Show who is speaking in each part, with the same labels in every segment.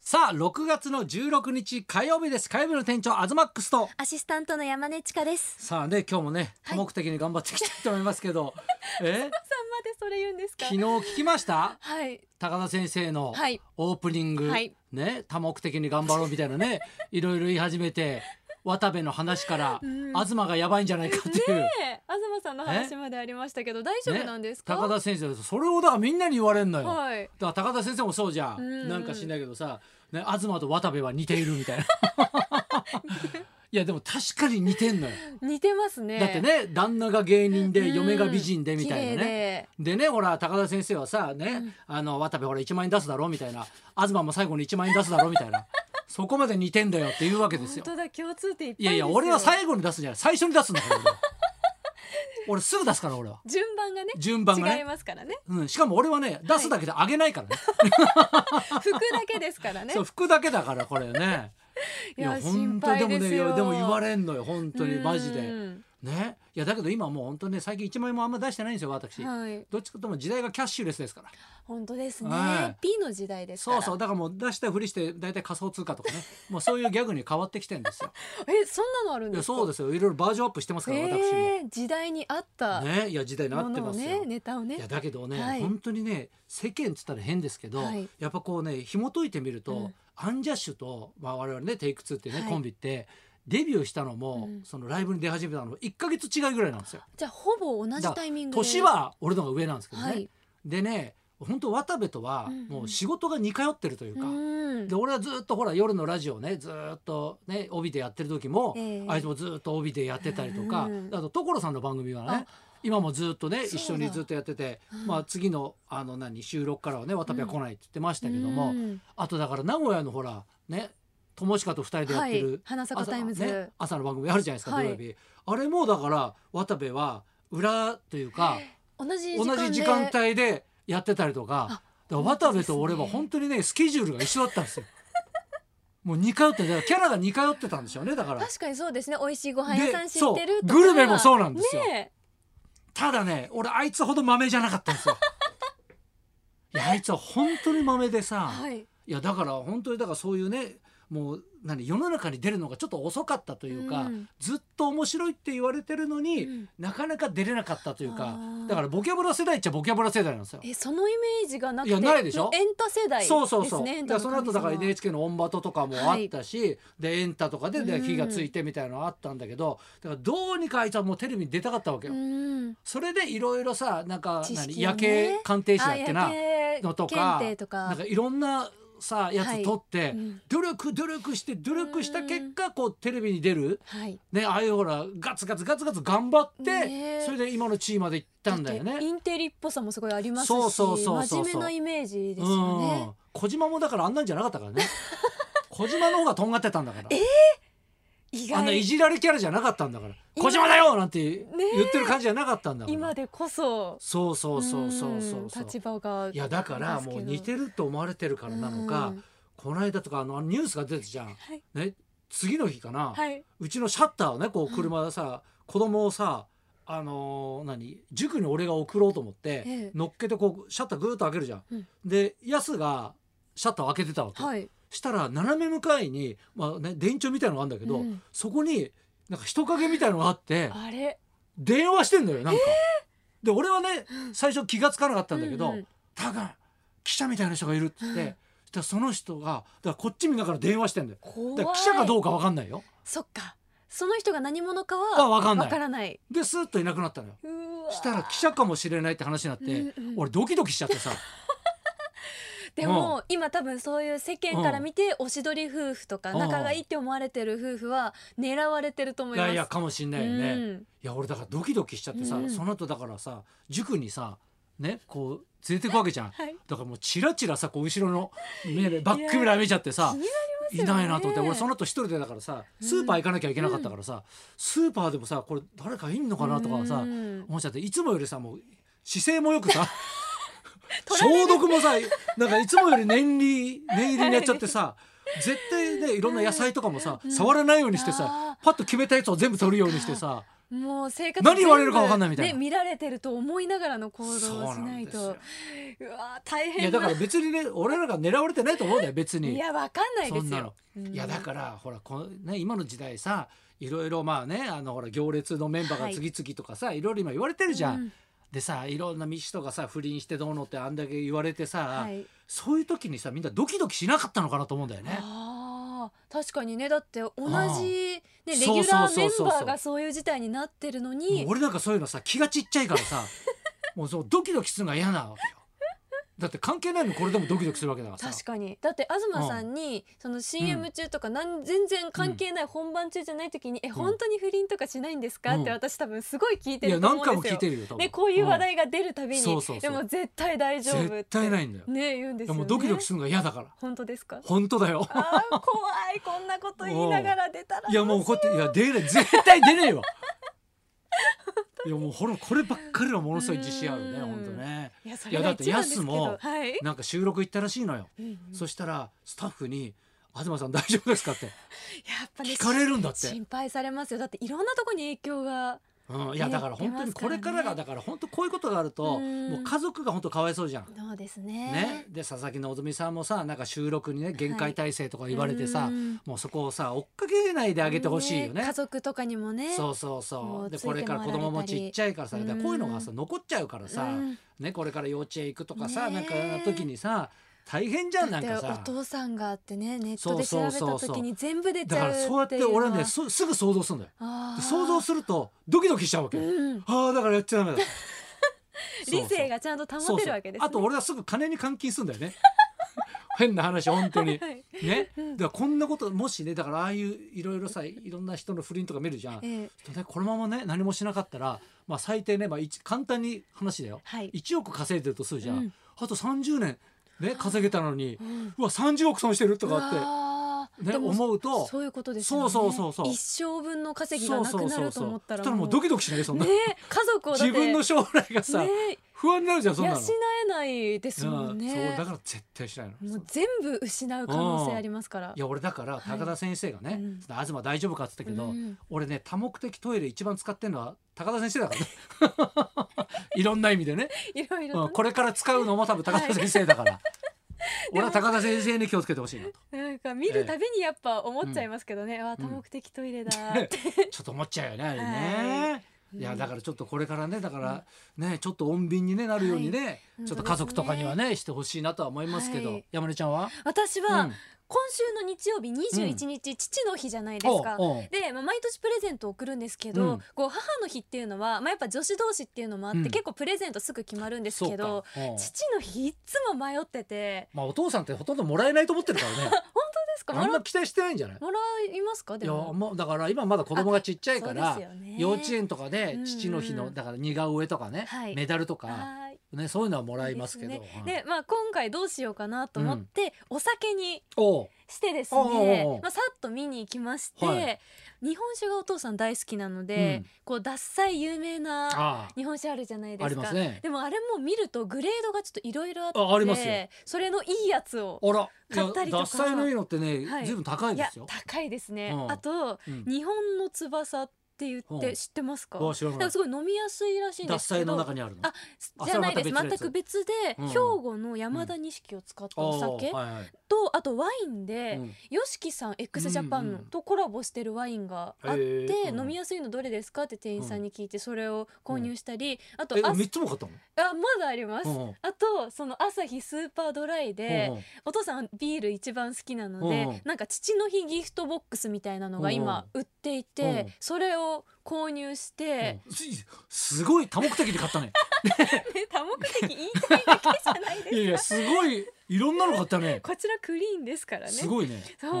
Speaker 1: さあ6月の16日火曜日です火曜日の店長アズマックスと
Speaker 2: アシスタントの山根千佳です。
Speaker 1: さあね今日もね
Speaker 2: は
Speaker 1: 多
Speaker 2: い
Speaker 1: 目的に頑張っていきたいと思いますけ ど、え
Speaker 2: さんまでそれ言うんですか
Speaker 1: 昨日聞きました
Speaker 2: はい。
Speaker 1: 高田先生の
Speaker 2: はい
Speaker 1: オープニング、
Speaker 2: はい
Speaker 1: ね多目的に頑張ろうみたいな ねいろいろ言い始めて渡部の話から、
Speaker 2: うん
Speaker 1: 東がやばいんじゃないかっていう、
Speaker 2: ねえ、東さんの話までありましたけど、大丈夫なんですか。
Speaker 1: 高田先生それをだからみんなに言われるのよ。
Speaker 2: はい。
Speaker 1: だから高田先生もそうじゃん、
Speaker 2: うんうん
Speaker 1: なんか知んないけどさ、ね、東と渡部は似ているみたいな いやでも確かに似てんのよ、
Speaker 2: 似てますね。
Speaker 1: だってね旦那が芸人で、
Speaker 2: うん
Speaker 1: 嫁が美人でみたいな
Speaker 2: 綺
Speaker 1: ね
Speaker 2: 麗
Speaker 1: でねほら高田先生はさね、あの渡部ほら1万円出すだろみたいな東も最後に1万円出すだろみたい なそこまで似てんだよっていうわけ
Speaker 2: で
Speaker 1: です
Speaker 2: 本
Speaker 1: よ
Speaker 2: 当だ、共通点いっぱいですよ。
Speaker 1: いやいや俺は最後に出すんじゃない最初に出すんだから俺は俺すぐ出すから俺は
Speaker 2: 順番がね。
Speaker 1: 順番が
Speaker 2: 違い
Speaker 1: ね、
Speaker 2: ますからね。
Speaker 1: うん、しかも俺はね出すだけであげないからね、
Speaker 2: 服だけですから ね。
Speaker 1: そう服だけだからこれね
Speaker 2: いや
Speaker 1: 本
Speaker 2: 心
Speaker 1: 当で
Speaker 2: 配
Speaker 1: も
Speaker 2: で
Speaker 1: ね
Speaker 2: す
Speaker 1: い
Speaker 2: よ
Speaker 1: やでも言われんのよ本当にマジ
Speaker 2: う
Speaker 1: で
Speaker 2: ん
Speaker 1: ねいやだけど今もう本当にね最近1万円もあんま出してないんですよ私、
Speaker 2: はい。
Speaker 1: どっちかとも時代がキャッシュレスですから
Speaker 2: 本当です
Speaker 1: はい
Speaker 2: ね。P の時代ですか
Speaker 1: そう
Speaker 2: ら。
Speaker 1: そうだからもう出したふりして大体仮想通貨と かねもうそういうギャグに変わってきてんですよ
Speaker 2: え、そんなのあるん
Speaker 1: い
Speaker 2: で
Speaker 1: や
Speaker 2: すか。
Speaker 1: そうですよいろいろバージョンアップしてますから私も
Speaker 2: ええ、時代に合ったも
Speaker 1: ねいや時代になって
Speaker 2: の
Speaker 1: ま
Speaker 2: を
Speaker 1: すよ、
Speaker 2: ね、ネタをね
Speaker 1: いや。だけどね、
Speaker 2: はい
Speaker 1: 本当にね世間っつったら変ですけど、
Speaker 2: はい
Speaker 1: やっぱこうね紐解いてみると、
Speaker 2: うん
Speaker 1: アンジャッシュと、まあ、我々ねテイク2っていうね、
Speaker 2: はい
Speaker 1: コンビってデビューしたのも、
Speaker 2: うん
Speaker 1: そのライブに出始めたのも1ヶ月違いぐらいなんですよ。
Speaker 2: じゃあほぼ同じタイミングで
Speaker 1: 年は俺の方が上なんですけどね。
Speaker 2: はい
Speaker 1: でね本当渡部とは
Speaker 2: うんうん
Speaker 1: もう仕事が似通ってるというか、
Speaker 2: うん
Speaker 1: で俺はずっとほら夜のラジオねずっとね帯でやってる時も、
Speaker 2: ええ
Speaker 1: あいつもずっと帯でやってたりとか、
Speaker 2: うん
Speaker 1: あと所さんの番組はね今もずっとね
Speaker 2: そうだ
Speaker 1: 一緒にずっとやってて、
Speaker 2: うん
Speaker 1: まあ次のあの何収録からはね渡部は来ないって言ってましたけども、
Speaker 2: うん
Speaker 1: あとだから名古屋のほらね友近と二人でやって
Speaker 2: はい
Speaker 1: る、
Speaker 2: 花
Speaker 1: 朝
Speaker 2: 坂タイムズ、
Speaker 1: ね、朝の番組あるじゃないですか、
Speaker 2: はい
Speaker 1: 土曜日あれもだから渡部は裏というか
Speaker 2: 同じ
Speaker 1: 同じ時間
Speaker 2: で
Speaker 1: 帯でやってたりとかだから渡部と俺は本当にねスケジュールが一緒だったんですよ。 もう似通ってだからキャラが似通ってたんでしょうねだから
Speaker 2: 確かにそうですね美味しいご飯屋さん
Speaker 1: で
Speaker 2: 知ってるとか
Speaker 1: そうグルメもそうなんですよ
Speaker 2: ね
Speaker 1: ただね俺あいつほど豆じゃなかったんですよ。いやあいつは本当に豆で
Speaker 2: え
Speaker 1: さ、
Speaker 2: はい
Speaker 1: いやだから本当にだからそういうねもう何世の中に出るのがちょっと遅かったというか、
Speaker 2: うん
Speaker 1: ずっと面白いって言われてるのに、
Speaker 2: うん
Speaker 1: なかなか出れなかったという
Speaker 2: あ
Speaker 1: か
Speaker 2: ー
Speaker 1: だからボキャブラ世代っちゃボキャブラ世代なんですよ。
Speaker 2: えそのイメージがなくて
Speaker 1: いやないでしょ
Speaker 2: もうエンタ世代ですね
Speaker 1: そうそうそう、
Speaker 2: エン
Speaker 1: だか
Speaker 2: タ
Speaker 1: らその後だから
Speaker 2: 神様
Speaker 1: NHK の「オンバト」とかもあったし、でエンタとかでで
Speaker 2: うん
Speaker 1: 火がついてみたいなのあったんだけどだからどうにかあいつはもうテレビに出たかったわけよ。
Speaker 2: うん
Speaker 1: それでいろいろさなんか、
Speaker 2: 知識を
Speaker 1: 何
Speaker 2: ね
Speaker 1: 夜景鑑定士だっけな
Speaker 2: あ夜景
Speaker 1: のとか
Speaker 2: 検定とか
Speaker 1: なんかいろんなさや
Speaker 2: は
Speaker 1: つ
Speaker 2: い
Speaker 1: 取って、
Speaker 2: うん
Speaker 1: 努力努力して努力した結果こうテレビに出る
Speaker 2: はい
Speaker 1: ねああいうほらガツガツガツガツ頑張って、
Speaker 2: ねえ
Speaker 1: それで今の地位まで行ったんだよ
Speaker 2: だっ
Speaker 1: ね
Speaker 2: て。インテリっぽさもすごいありますし
Speaker 1: そうそうそうそうそう
Speaker 2: 真面目なイメージです
Speaker 1: う
Speaker 2: よね
Speaker 1: ん小島もだからあんなんじゃなかったから ね小島の方がとんがってたんだから
Speaker 2: 意
Speaker 1: あんない
Speaker 2: 外
Speaker 1: じられキャラじゃなかったんだから「
Speaker 2: 今
Speaker 1: 小島だよ!」なんて言
Speaker 2: ねえ
Speaker 1: ってる感じじゃなかったんだから、
Speaker 2: 今でこそ
Speaker 1: そうそうそうそうそうそ
Speaker 2: ん
Speaker 1: う
Speaker 2: 立場が
Speaker 1: いやだからもう似て
Speaker 2: る
Speaker 1: ると思われてるからなのか、この間とかあのニュースが出てたじゃん、
Speaker 2: はい
Speaker 1: ね、次の日かな、
Speaker 2: はいう
Speaker 1: ちのシャッターをねこう車でさ、子供をさあのー何塾に俺が送ろうと思って、
Speaker 2: ええ
Speaker 1: 乗っけてこうシャッターぐーっと開けるじゃん。
Speaker 2: うん
Speaker 1: でヤスがシャッターを開けてたわけ、
Speaker 2: はい
Speaker 1: したら斜め向かいに、まあね、電柱みたいのがあるんだけど、
Speaker 2: うん
Speaker 1: そこになんか人影みたいのがあって
Speaker 2: あれ
Speaker 1: 電話してんのよなんか。で俺はね最初気が付かなかったんだけど
Speaker 2: うんうん
Speaker 1: 「タカ記者みたいな人がいる」って言って、
Speaker 2: うん
Speaker 1: そしたらその人がだからこっち見ながら電話してんだよ。
Speaker 2: 怖
Speaker 1: だ
Speaker 2: い
Speaker 1: から記者かどうか分かんないよ。
Speaker 2: そっかその人が何者か
Speaker 1: あ
Speaker 2: は
Speaker 1: 分かんない
Speaker 2: わからない
Speaker 1: でスーッといなくなったのよ。
Speaker 2: うわ
Speaker 1: したら記者かもしれないって話になって、
Speaker 2: うんうん
Speaker 1: 俺ドキドキしちゃってさ
Speaker 2: でも、今多分そういう世間から見ておしどり夫婦とか
Speaker 1: うん
Speaker 2: 仲がいいって思われてる夫婦は狙われてると 思
Speaker 1: い
Speaker 2: います
Speaker 1: やいやかもしんないよね、
Speaker 2: う
Speaker 1: い
Speaker 2: ん
Speaker 1: や俺だからドキドキしちゃってさ、
Speaker 2: うん
Speaker 1: その後だからさ塾にさねこう連れてくわけじゃん
Speaker 2: はい
Speaker 1: だからもうチラチラさこう後ろの目でバックミラー見ちゃってさ
Speaker 2: 気になります
Speaker 1: い
Speaker 2: よね
Speaker 1: ないなと思って俺その後一人でだからさスーパー行かなきゃいけなかったからさ、スーパーでもさこれ誰かいんのかなとかさ、
Speaker 2: うん
Speaker 1: 思っちゃっていつもよりさもう姿勢もよくさ
Speaker 2: 取られ
Speaker 1: 消毒もさなんかいつもより念入り念入りにやっちゃってさ絶対ねいろんな野菜とかもさ、触らないようにしてさ
Speaker 2: あ
Speaker 1: パッと決めたやつを全部取るようにしてさ
Speaker 2: もう生活
Speaker 1: 何言われるか
Speaker 2: 全部
Speaker 1: わかんないみたいな
Speaker 2: ね見られてると思いながらの行動を
Speaker 1: そう
Speaker 2: しない
Speaker 1: ん
Speaker 2: と
Speaker 1: ですよ
Speaker 2: うわー大変
Speaker 1: いやだから別にね俺らが狙われてないと思うんだよ別に
Speaker 2: いやわかんないで
Speaker 1: そん
Speaker 2: す
Speaker 1: な
Speaker 2: よ
Speaker 1: の。いやだかららほらこの、ね、今の時代さいろいろまあねあのほら行列のメンバーが
Speaker 2: はい
Speaker 1: 次々とかさ、い、ろいろ今言われてるじゃん。
Speaker 2: うん
Speaker 1: でさいろんな道とかさ不倫してどうのってあんだけ言われてさ、
Speaker 2: はい、
Speaker 1: そういう時にさみんなドキドキしなかったのかなと思うんだよね。
Speaker 2: あー確かにねだって同
Speaker 1: あ
Speaker 2: じ、ね、レギ
Speaker 1: そう
Speaker 2: ュ
Speaker 1: そ
Speaker 2: ラ
Speaker 1: う
Speaker 2: ー
Speaker 1: そ
Speaker 2: メ
Speaker 1: うそう
Speaker 2: ンバーがそういう事態になってるの
Speaker 1: も
Speaker 2: に
Speaker 1: う俺なんかそういうのさ気がちっちゃいから さもうそのドキドキするのが嫌なわけよ。だって関係ないのにこれでもドキドキするわけだからさ。
Speaker 2: 確かにだって東さんに、その CM 中とかなん全然関係ない本番中じゃない時に「え本当に不倫とかしないんですか?」
Speaker 1: うん
Speaker 2: って私多分すごい聞いて
Speaker 1: いや
Speaker 2: ると
Speaker 1: 何
Speaker 2: 思
Speaker 1: 回
Speaker 2: うん
Speaker 1: も
Speaker 2: です
Speaker 1: 聞いて
Speaker 2: よ。
Speaker 1: るよ多分。
Speaker 2: ね、こういう話
Speaker 1: ん
Speaker 2: 題が出るたびに、
Speaker 1: そうそうそう
Speaker 2: でも絶対大丈夫って
Speaker 1: 絶対ないんだよ。
Speaker 2: ね言うんですよね
Speaker 1: もうドキドキするのが嫌だから。
Speaker 2: 本 当ですか
Speaker 1: 本当だ よ。
Speaker 2: あー怖いこんなこと言いながら出たら
Speaker 1: いやもうこうやっていや出れ絶対出ねえわいやもうほらこればっかりはものすごい自信あるね
Speaker 2: うん
Speaker 1: ほんとね
Speaker 2: いやそ
Speaker 1: い
Speaker 2: れ
Speaker 1: や
Speaker 2: が
Speaker 1: だって
Speaker 2: 一番ですけど
Speaker 1: ヤスも
Speaker 2: はい、
Speaker 1: なんか収録行ったらしいのよ、
Speaker 2: うんうん
Speaker 1: そしたらスタッフに「東さん大丈夫ですか?」って
Speaker 2: やっぱね
Speaker 1: 聞かれるんだって、
Speaker 2: 心配されますよだっていろんなとこに影響が
Speaker 1: うん、いやだから本当にこれからが
Speaker 2: 出ますからね
Speaker 1: だから本当こういうことがあると
Speaker 2: うん
Speaker 1: もう家族が本当かわいそうじゃん。
Speaker 2: そうですね
Speaker 1: ね、で佐々木希さんもさなんか収録にね限界体制とか言われてさ、
Speaker 2: うん
Speaker 1: もうそこをさ追っかけないであげてほしいよね
Speaker 2: 家族とかにもね
Speaker 1: そうそう
Speaker 2: も
Speaker 1: そう
Speaker 2: う
Speaker 1: で
Speaker 2: ついて
Speaker 1: これから子供
Speaker 2: もら
Speaker 1: も
Speaker 2: えたり
Speaker 1: ちっちゃいからさだからこういうのがさ残っちゃうからさ、
Speaker 2: うん
Speaker 1: ね、これから幼稚園行くとかさ、
Speaker 2: ね
Speaker 1: なん
Speaker 2: え
Speaker 1: かの時にさ大変じゃんなんか
Speaker 2: だっ
Speaker 1: さ
Speaker 2: てお父さんがあってねネットで調べ
Speaker 1: そうそ
Speaker 2: た
Speaker 1: うそうそ
Speaker 2: 時
Speaker 1: う
Speaker 2: に全部出ち
Speaker 1: だか
Speaker 2: ゃう
Speaker 1: ら
Speaker 2: っていう
Speaker 1: そ
Speaker 2: の
Speaker 1: うやって俺
Speaker 2: は
Speaker 1: はねすすぐ想像するんだよ
Speaker 2: あ
Speaker 1: で
Speaker 2: ー
Speaker 1: 想像するとドキドキしちゃうわけ、
Speaker 2: うん
Speaker 1: ああだからやっちゃダメ だ
Speaker 2: 理性
Speaker 1: が
Speaker 2: がちゃんと保てるわけですね
Speaker 1: あと俺はすぐ金に換金するんだよね 変な話本当に
Speaker 2: はい
Speaker 1: ねだからこんなこともしねだからああいういろいろさいろんな人の不倫とか見るじゃん、
Speaker 2: ええ
Speaker 1: でこのままね何もしなかったら、まあ、最低ね、まあ、一簡単に話だよ、
Speaker 2: はい
Speaker 1: 1億稼いでるとするじゃん、
Speaker 2: うん
Speaker 1: あと30年、ね、稼げたのに、
Speaker 2: ん
Speaker 1: うわ30億損してるとか
Speaker 2: う
Speaker 1: っ
Speaker 2: わー
Speaker 1: ね
Speaker 2: でも
Speaker 1: 思うと
Speaker 2: そういうことですよね
Speaker 1: そうそうそうそう
Speaker 2: 一生分の
Speaker 1: て
Speaker 2: 稼ぎがなくなると思った
Speaker 1: そし
Speaker 2: ら
Speaker 1: たらもうドキドキしないそんな、
Speaker 2: ね家族をだって
Speaker 1: 自分の将来がさ、
Speaker 2: ね
Speaker 1: 不安になるじゃんそん
Speaker 2: 養
Speaker 1: なの。
Speaker 2: えないですもん
Speaker 1: うんそう
Speaker 2: ね
Speaker 1: だから絶対しないの。
Speaker 2: もう全部失う可能性ありますから
Speaker 1: いや俺だから高田先生がね、
Speaker 2: はいうん
Speaker 1: ちょっと東大丈夫かって言ったけど、
Speaker 2: うん
Speaker 1: 俺ね多目的トイレ一番使ってるのは高田先生だ からねいろんな意味でね
Speaker 2: いろいろ
Speaker 1: うん、
Speaker 2: と
Speaker 1: これから使うのも多分高田先生だから、 俺は高田先生に気をつけてほしいなと
Speaker 2: なんか見るたびにやっぱ思っちゃいますけどね、ああ多目的トイレだーって、
Speaker 1: ちょっと思っちゃうよねあれね、 い、やだからちょっとこれからねだからねちょっと穏便にねなるようにね、
Speaker 2: はい
Speaker 1: ちょっと家族とかにはねしてほしいなとは思いますけど、
Speaker 2: はい
Speaker 1: 山根ちゃんは
Speaker 2: 私は
Speaker 1: うん
Speaker 2: 今週の日曜日21日、父の日じゃないですか。
Speaker 1: おうおう
Speaker 2: で、まあ、毎年プレゼントを送るんですけど、
Speaker 1: うん
Speaker 2: こう母の日っていうのは、まあ、やっぱ女子同士っていうのもあって、
Speaker 1: うん
Speaker 2: 結構プレゼントすぐ決まるんですけど
Speaker 1: そうかうん
Speaker 2: 父の日いっつも迷ってて
Speaker 1: まあお父さんってほとんどもらえないと思ってるからね
Speaker 2: どうですか も
Speaker 1: あん
Speaker 2: ら
Speaker 1: ま期待してないんじゃない
Speaker 2: もらいますか
Speaker 1: い
Speaker 2: で
Speaker 1: や
Speaker 2: も
Speaker 1: もうだから今まだ子供がちっちゃいから、
Speaker 2: そうですよね
Speaker 1: 幼稚園とか
Speaker 2: う
Speaker 1: で
Speaker 2: んうん
Speaker 1: 父の日のだから似顔絵とかね、
Speaker 2: はい
Speaker 1: メダルとか、
Speaker 2: はい
Speaker 1: ね、そういうのはもらいますけど。
Speaker 2: いいで
Speaker 1: うん
Speaker 2: で、まあ、今回どうしようかなと思って、お酒に
Speaker 1: おう
Speaker 2: してです
Speaker 1: おうおうお
Speaker 2: ね
Speaker 1: う、
Speaker 2: まあ、さっと見に行きまして、
Speaker 1: はい
Speaker 2: 日本酒がお父さん大好きなので、
Speaker 1: うん
Speaker 2: こう獺祭有名な
Speaker 1: ああ
Speaker 2: 日本酒あるじゃないですか
Speaker 1: ありますね
Speaker 2: でもあれも見るとグレードがちょっといろいろあって
Speaker 1: あありますよ
Speaker 2: それのいいやつを
Speaker 1: あら、
Speaker 2: 買ったりとか
Speaker 1: 脱菜のいいのってね、
Speaker 2: はい
Speaker 1: ずいぶん高い
Speaker 2: い
Speaker 1: で
Speaker 2: や
Speaker 1: すよ。
Speaker 2: 高いですね、
Speaker 1: うん
Speaker 2: あと
Speaker 1: うん
Speaker 2: 日本の翼って言っ
Speaker 1: う
Speaker 2: て
Speaker 1: ん
Speaker 2: 知ってますか,、
Speaker 1: あ知らない
Speaker 2: だからすごい飲みやすいらしいんで
Speaker 1: 脱
Speaker 2: すけ
Speaker 1: 菜の
Speaker 2: ど
Speaker 1: 中にあるの。
Speaker 2: あじゃないです
Speaker 1: あそれはまた別のや
Speaker 2: 全
Speaker 1: つ
Speaker 2: く別で、
Speaker 1: うん
Speaker 2: 兵庫の山田錦を使ったお酒
Speaker 1: ああはいはい
Speaker 2: とあとワインで、
Speaker 1: うん
Speaker 2: よしきさん x ジャパンの
Speaker 1: うんうん
Speaker 2: とコラボしてるワインがあっ
Speaker 1: へ
Speaker 2: て
Speaker 1: えうん
Speaker 2: 飲みやすいのどれですかって店員さんに聞いてそれを購入したりあと
Speaker 1: え、
Speaker 2: あ
Speaker 1: 三つも買ったの。
Speaker 2: あまだあります
Speaker 1: うんうん
Speaker 2: あとその朝日スーパードライで
Speaker 1: うんうん
Speaker 2: お父さんビール一番好きなの
Speaker 1: うんうん
Speaker 2: でなんか父の日ギフトボックスみたいなのが今売っていて
Speaker 1: うん
Speaker 2: それを購入して
Speaker 1: うんすすごい多目的で買 ったね。
Speaker 2: ね多目的言いたいだけじゃない
Speaker 1: いやい
Speaker 2: です
Speaker 1: や、すごい、いろんなの買ったね。
Speaker 2: こちらクリーンですからね
Speaker 1: すごいね。
Speaker 2: そうで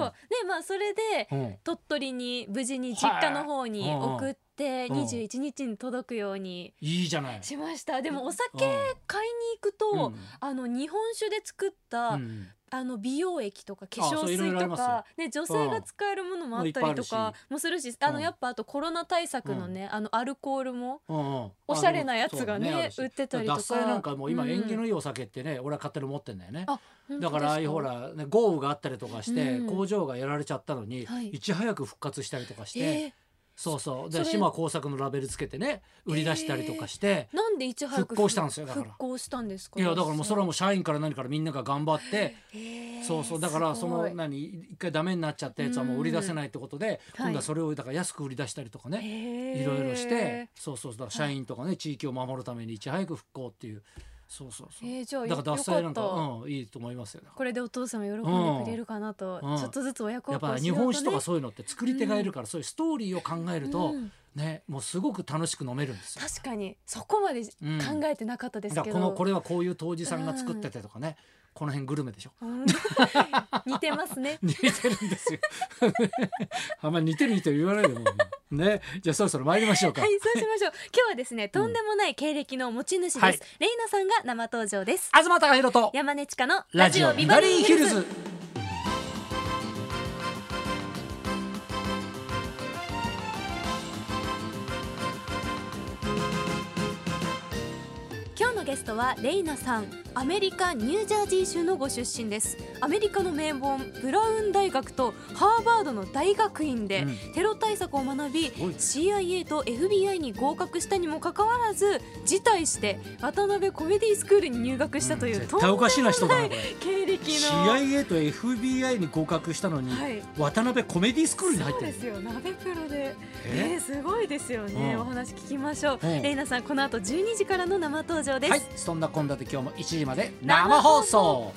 Speaker 2: まあそれで
Speaker 1: うん。うん
Speaker 2: 鳥取に無事に実家の方に
Speaker 1: はい
Speaker 2: 送って
Speaker 1: うんうん
Speaker 2: 21日に届くように
Speaker 1: いいじゃない。
Speaker 2: しましたでもお酒
Speaker 1: うん
Speaker 2: 買いに行くと、
Speaker 1: うん
Speaker 2: あの日本酒で作った、
Speaker 1: うん
Speaker 2: あの美容液とか化
Speaker 1: あそ
Speaker 2: 粧
Speaker 1: ういろいろ
Speaker 2: 水
Speaker 1: あり
Speaker 2: と
Speaker 1: ますよ
Speaker 2: か、ね、女性が使えるものもあ
Speaker 1: う
Speaker 2: った
Speaker 1: んい
Speaker 2: り
Speaker 1: っぱいある
Speaker 2: と
Speaker 1: し
Speaker 2: かもするしあ
Speaker 1: う
Speaker 2: の
Speaker 1: ん
Speaker 2: やっぱあとコロナ対策のね、あのアルコールも
Speaker 1: うんうん
Speaker 2: おしゃれなやつがね
Speaker 1: あるし
Speaker 2: 売ってたりとか
Speaker 1: 脱菜なんかもう今
Speaker 2: うん
Speaker 1: 縁起のいいお酒ってね、俺は勝手に持ってんだよね。
Speaker 2: 本当
Speaker 1: だ
Speaker 2: です
Speaker 1: からああいうほら、ね、豪雨があったりとかして、
Speaker 2: うん
Speaker 1: 工場がやられちゃったのに、
Speaker 2: はい
Speaker 1: いち早く復活したりとかして、
Speaker 2: えー
Speaker 1: そうそうで
Speaker 2: それ
Speaker 1: 島耕作のラベルつけてね売り出したりとかして、
Speaker 2: なんでいち早く
Speaker 1: 復興したんですよだから
Speaker 2: 復興したんですか
Speaker 1: いやだからもうそれはもう社員から何からみんなが頑張って
Speaker 2: へー
Speaker 1: そうそうだからそ
Speaker 2: すご
Speaker 1: の
Speaker 2: い
Speaker 1: 何一回ダメになっちゃったやつはもう売り出せないってことで
Speaker 2: うん
Speaker 1: 今度はそれをだから安く売り出したりとかね
Speaker 2: へー
Speaker 1: いろいろしてそうそうだから社員とかね地域を守るためにいち早く復興っていうそうそうそ
Speaker 2: え
Speaker 1: う
Speaker 2: ーじゃあ
Speaker 1: だから脱サラな
Speaker 2: よ
Speaker 1: ん
Speaker 2: か
Speaker 1: か
Speaker 2: った
Speaker 1: うんいいと思いますよだか
Speaker 2: これでお父さんも喜んでくれるかなと、
Speaker 1: うん
Speaker 2: ちょっとずつ親
Speaker 1: ら
Speaker 2: 孝
Speaker 1: やっぱ
Speaker 2: 行し
Speaker 1: 日
Speaker 2: ようと、ね、
Speaker 1: 本酒とかそういうのって作り手がいるからそういうストーリーを考えると
Speaker 2: うん
Speaker 1: ねもうすごく楽しく飲めるんですよ。
Speaker 2: 確かにそこまで考
Speaker 1: うん
Speaker 2: えてなかったです
Speaker 1: だか
Speaker 2: け
Speaker 1: ら
Speaker 2: ど、
Speaker 1: このこれはこういう杜氏さんが作っててとかねこの辺グルメでしょ。
Speaker 2: うん 似てますね
Speaker 1: 似てるんですよ。 あんまり似てる人言わないでもうね。じゃあそろそろ参りましょうか。
Speaker 2: はいそうしましょう今日はですねとんでもない経歴の持ち主です、
Speaker 1: はい
Speaker 2: レイナさんが生登場です
Speaker 1: 東貴博と
Speaker 2: 山根千佳の
Speaker 1: ラジオビバリーヒルズ。
Speaker 2: 今日のゲストはレイナさんアメリカニュージャージー州のご出身ですアメリカの名門ブラウン大学とハーバードの大学院で
Speaker 1: うん
Speaker 2: テロ対策を学び、
Speaker 1: ごいね
Speaker 2: CIA と FBI に合格したにもかかわらず辞退して渡辺コメディスクールに入学したという、と
Speaker 1: 絶
Speaker 2: ん
Speaker 1: 対おかしいな人だ
Speaker 2: な
Speaker 1: ないこれ。
Speaker 2: 経歴の
Speaker 1: CIA と FBI に合格したのに、
Speaker 2: はい
Speaker 1: 渡辺コメディスクールに入って
Speaker 2: そう
Speaker 1: る
Speaker 2: ですよ鍋プロでえ
Speaker 1: え
Speaker 2: ー、すごいですよね、
Speaker 1: うん
Speaker 2: お話聞きましょう、
Speaker 1: うん
Speaker 2: レイナさんこの後12時からの生登場です、
Speaker 1: はいそんなこんなで今日も1時まで生放送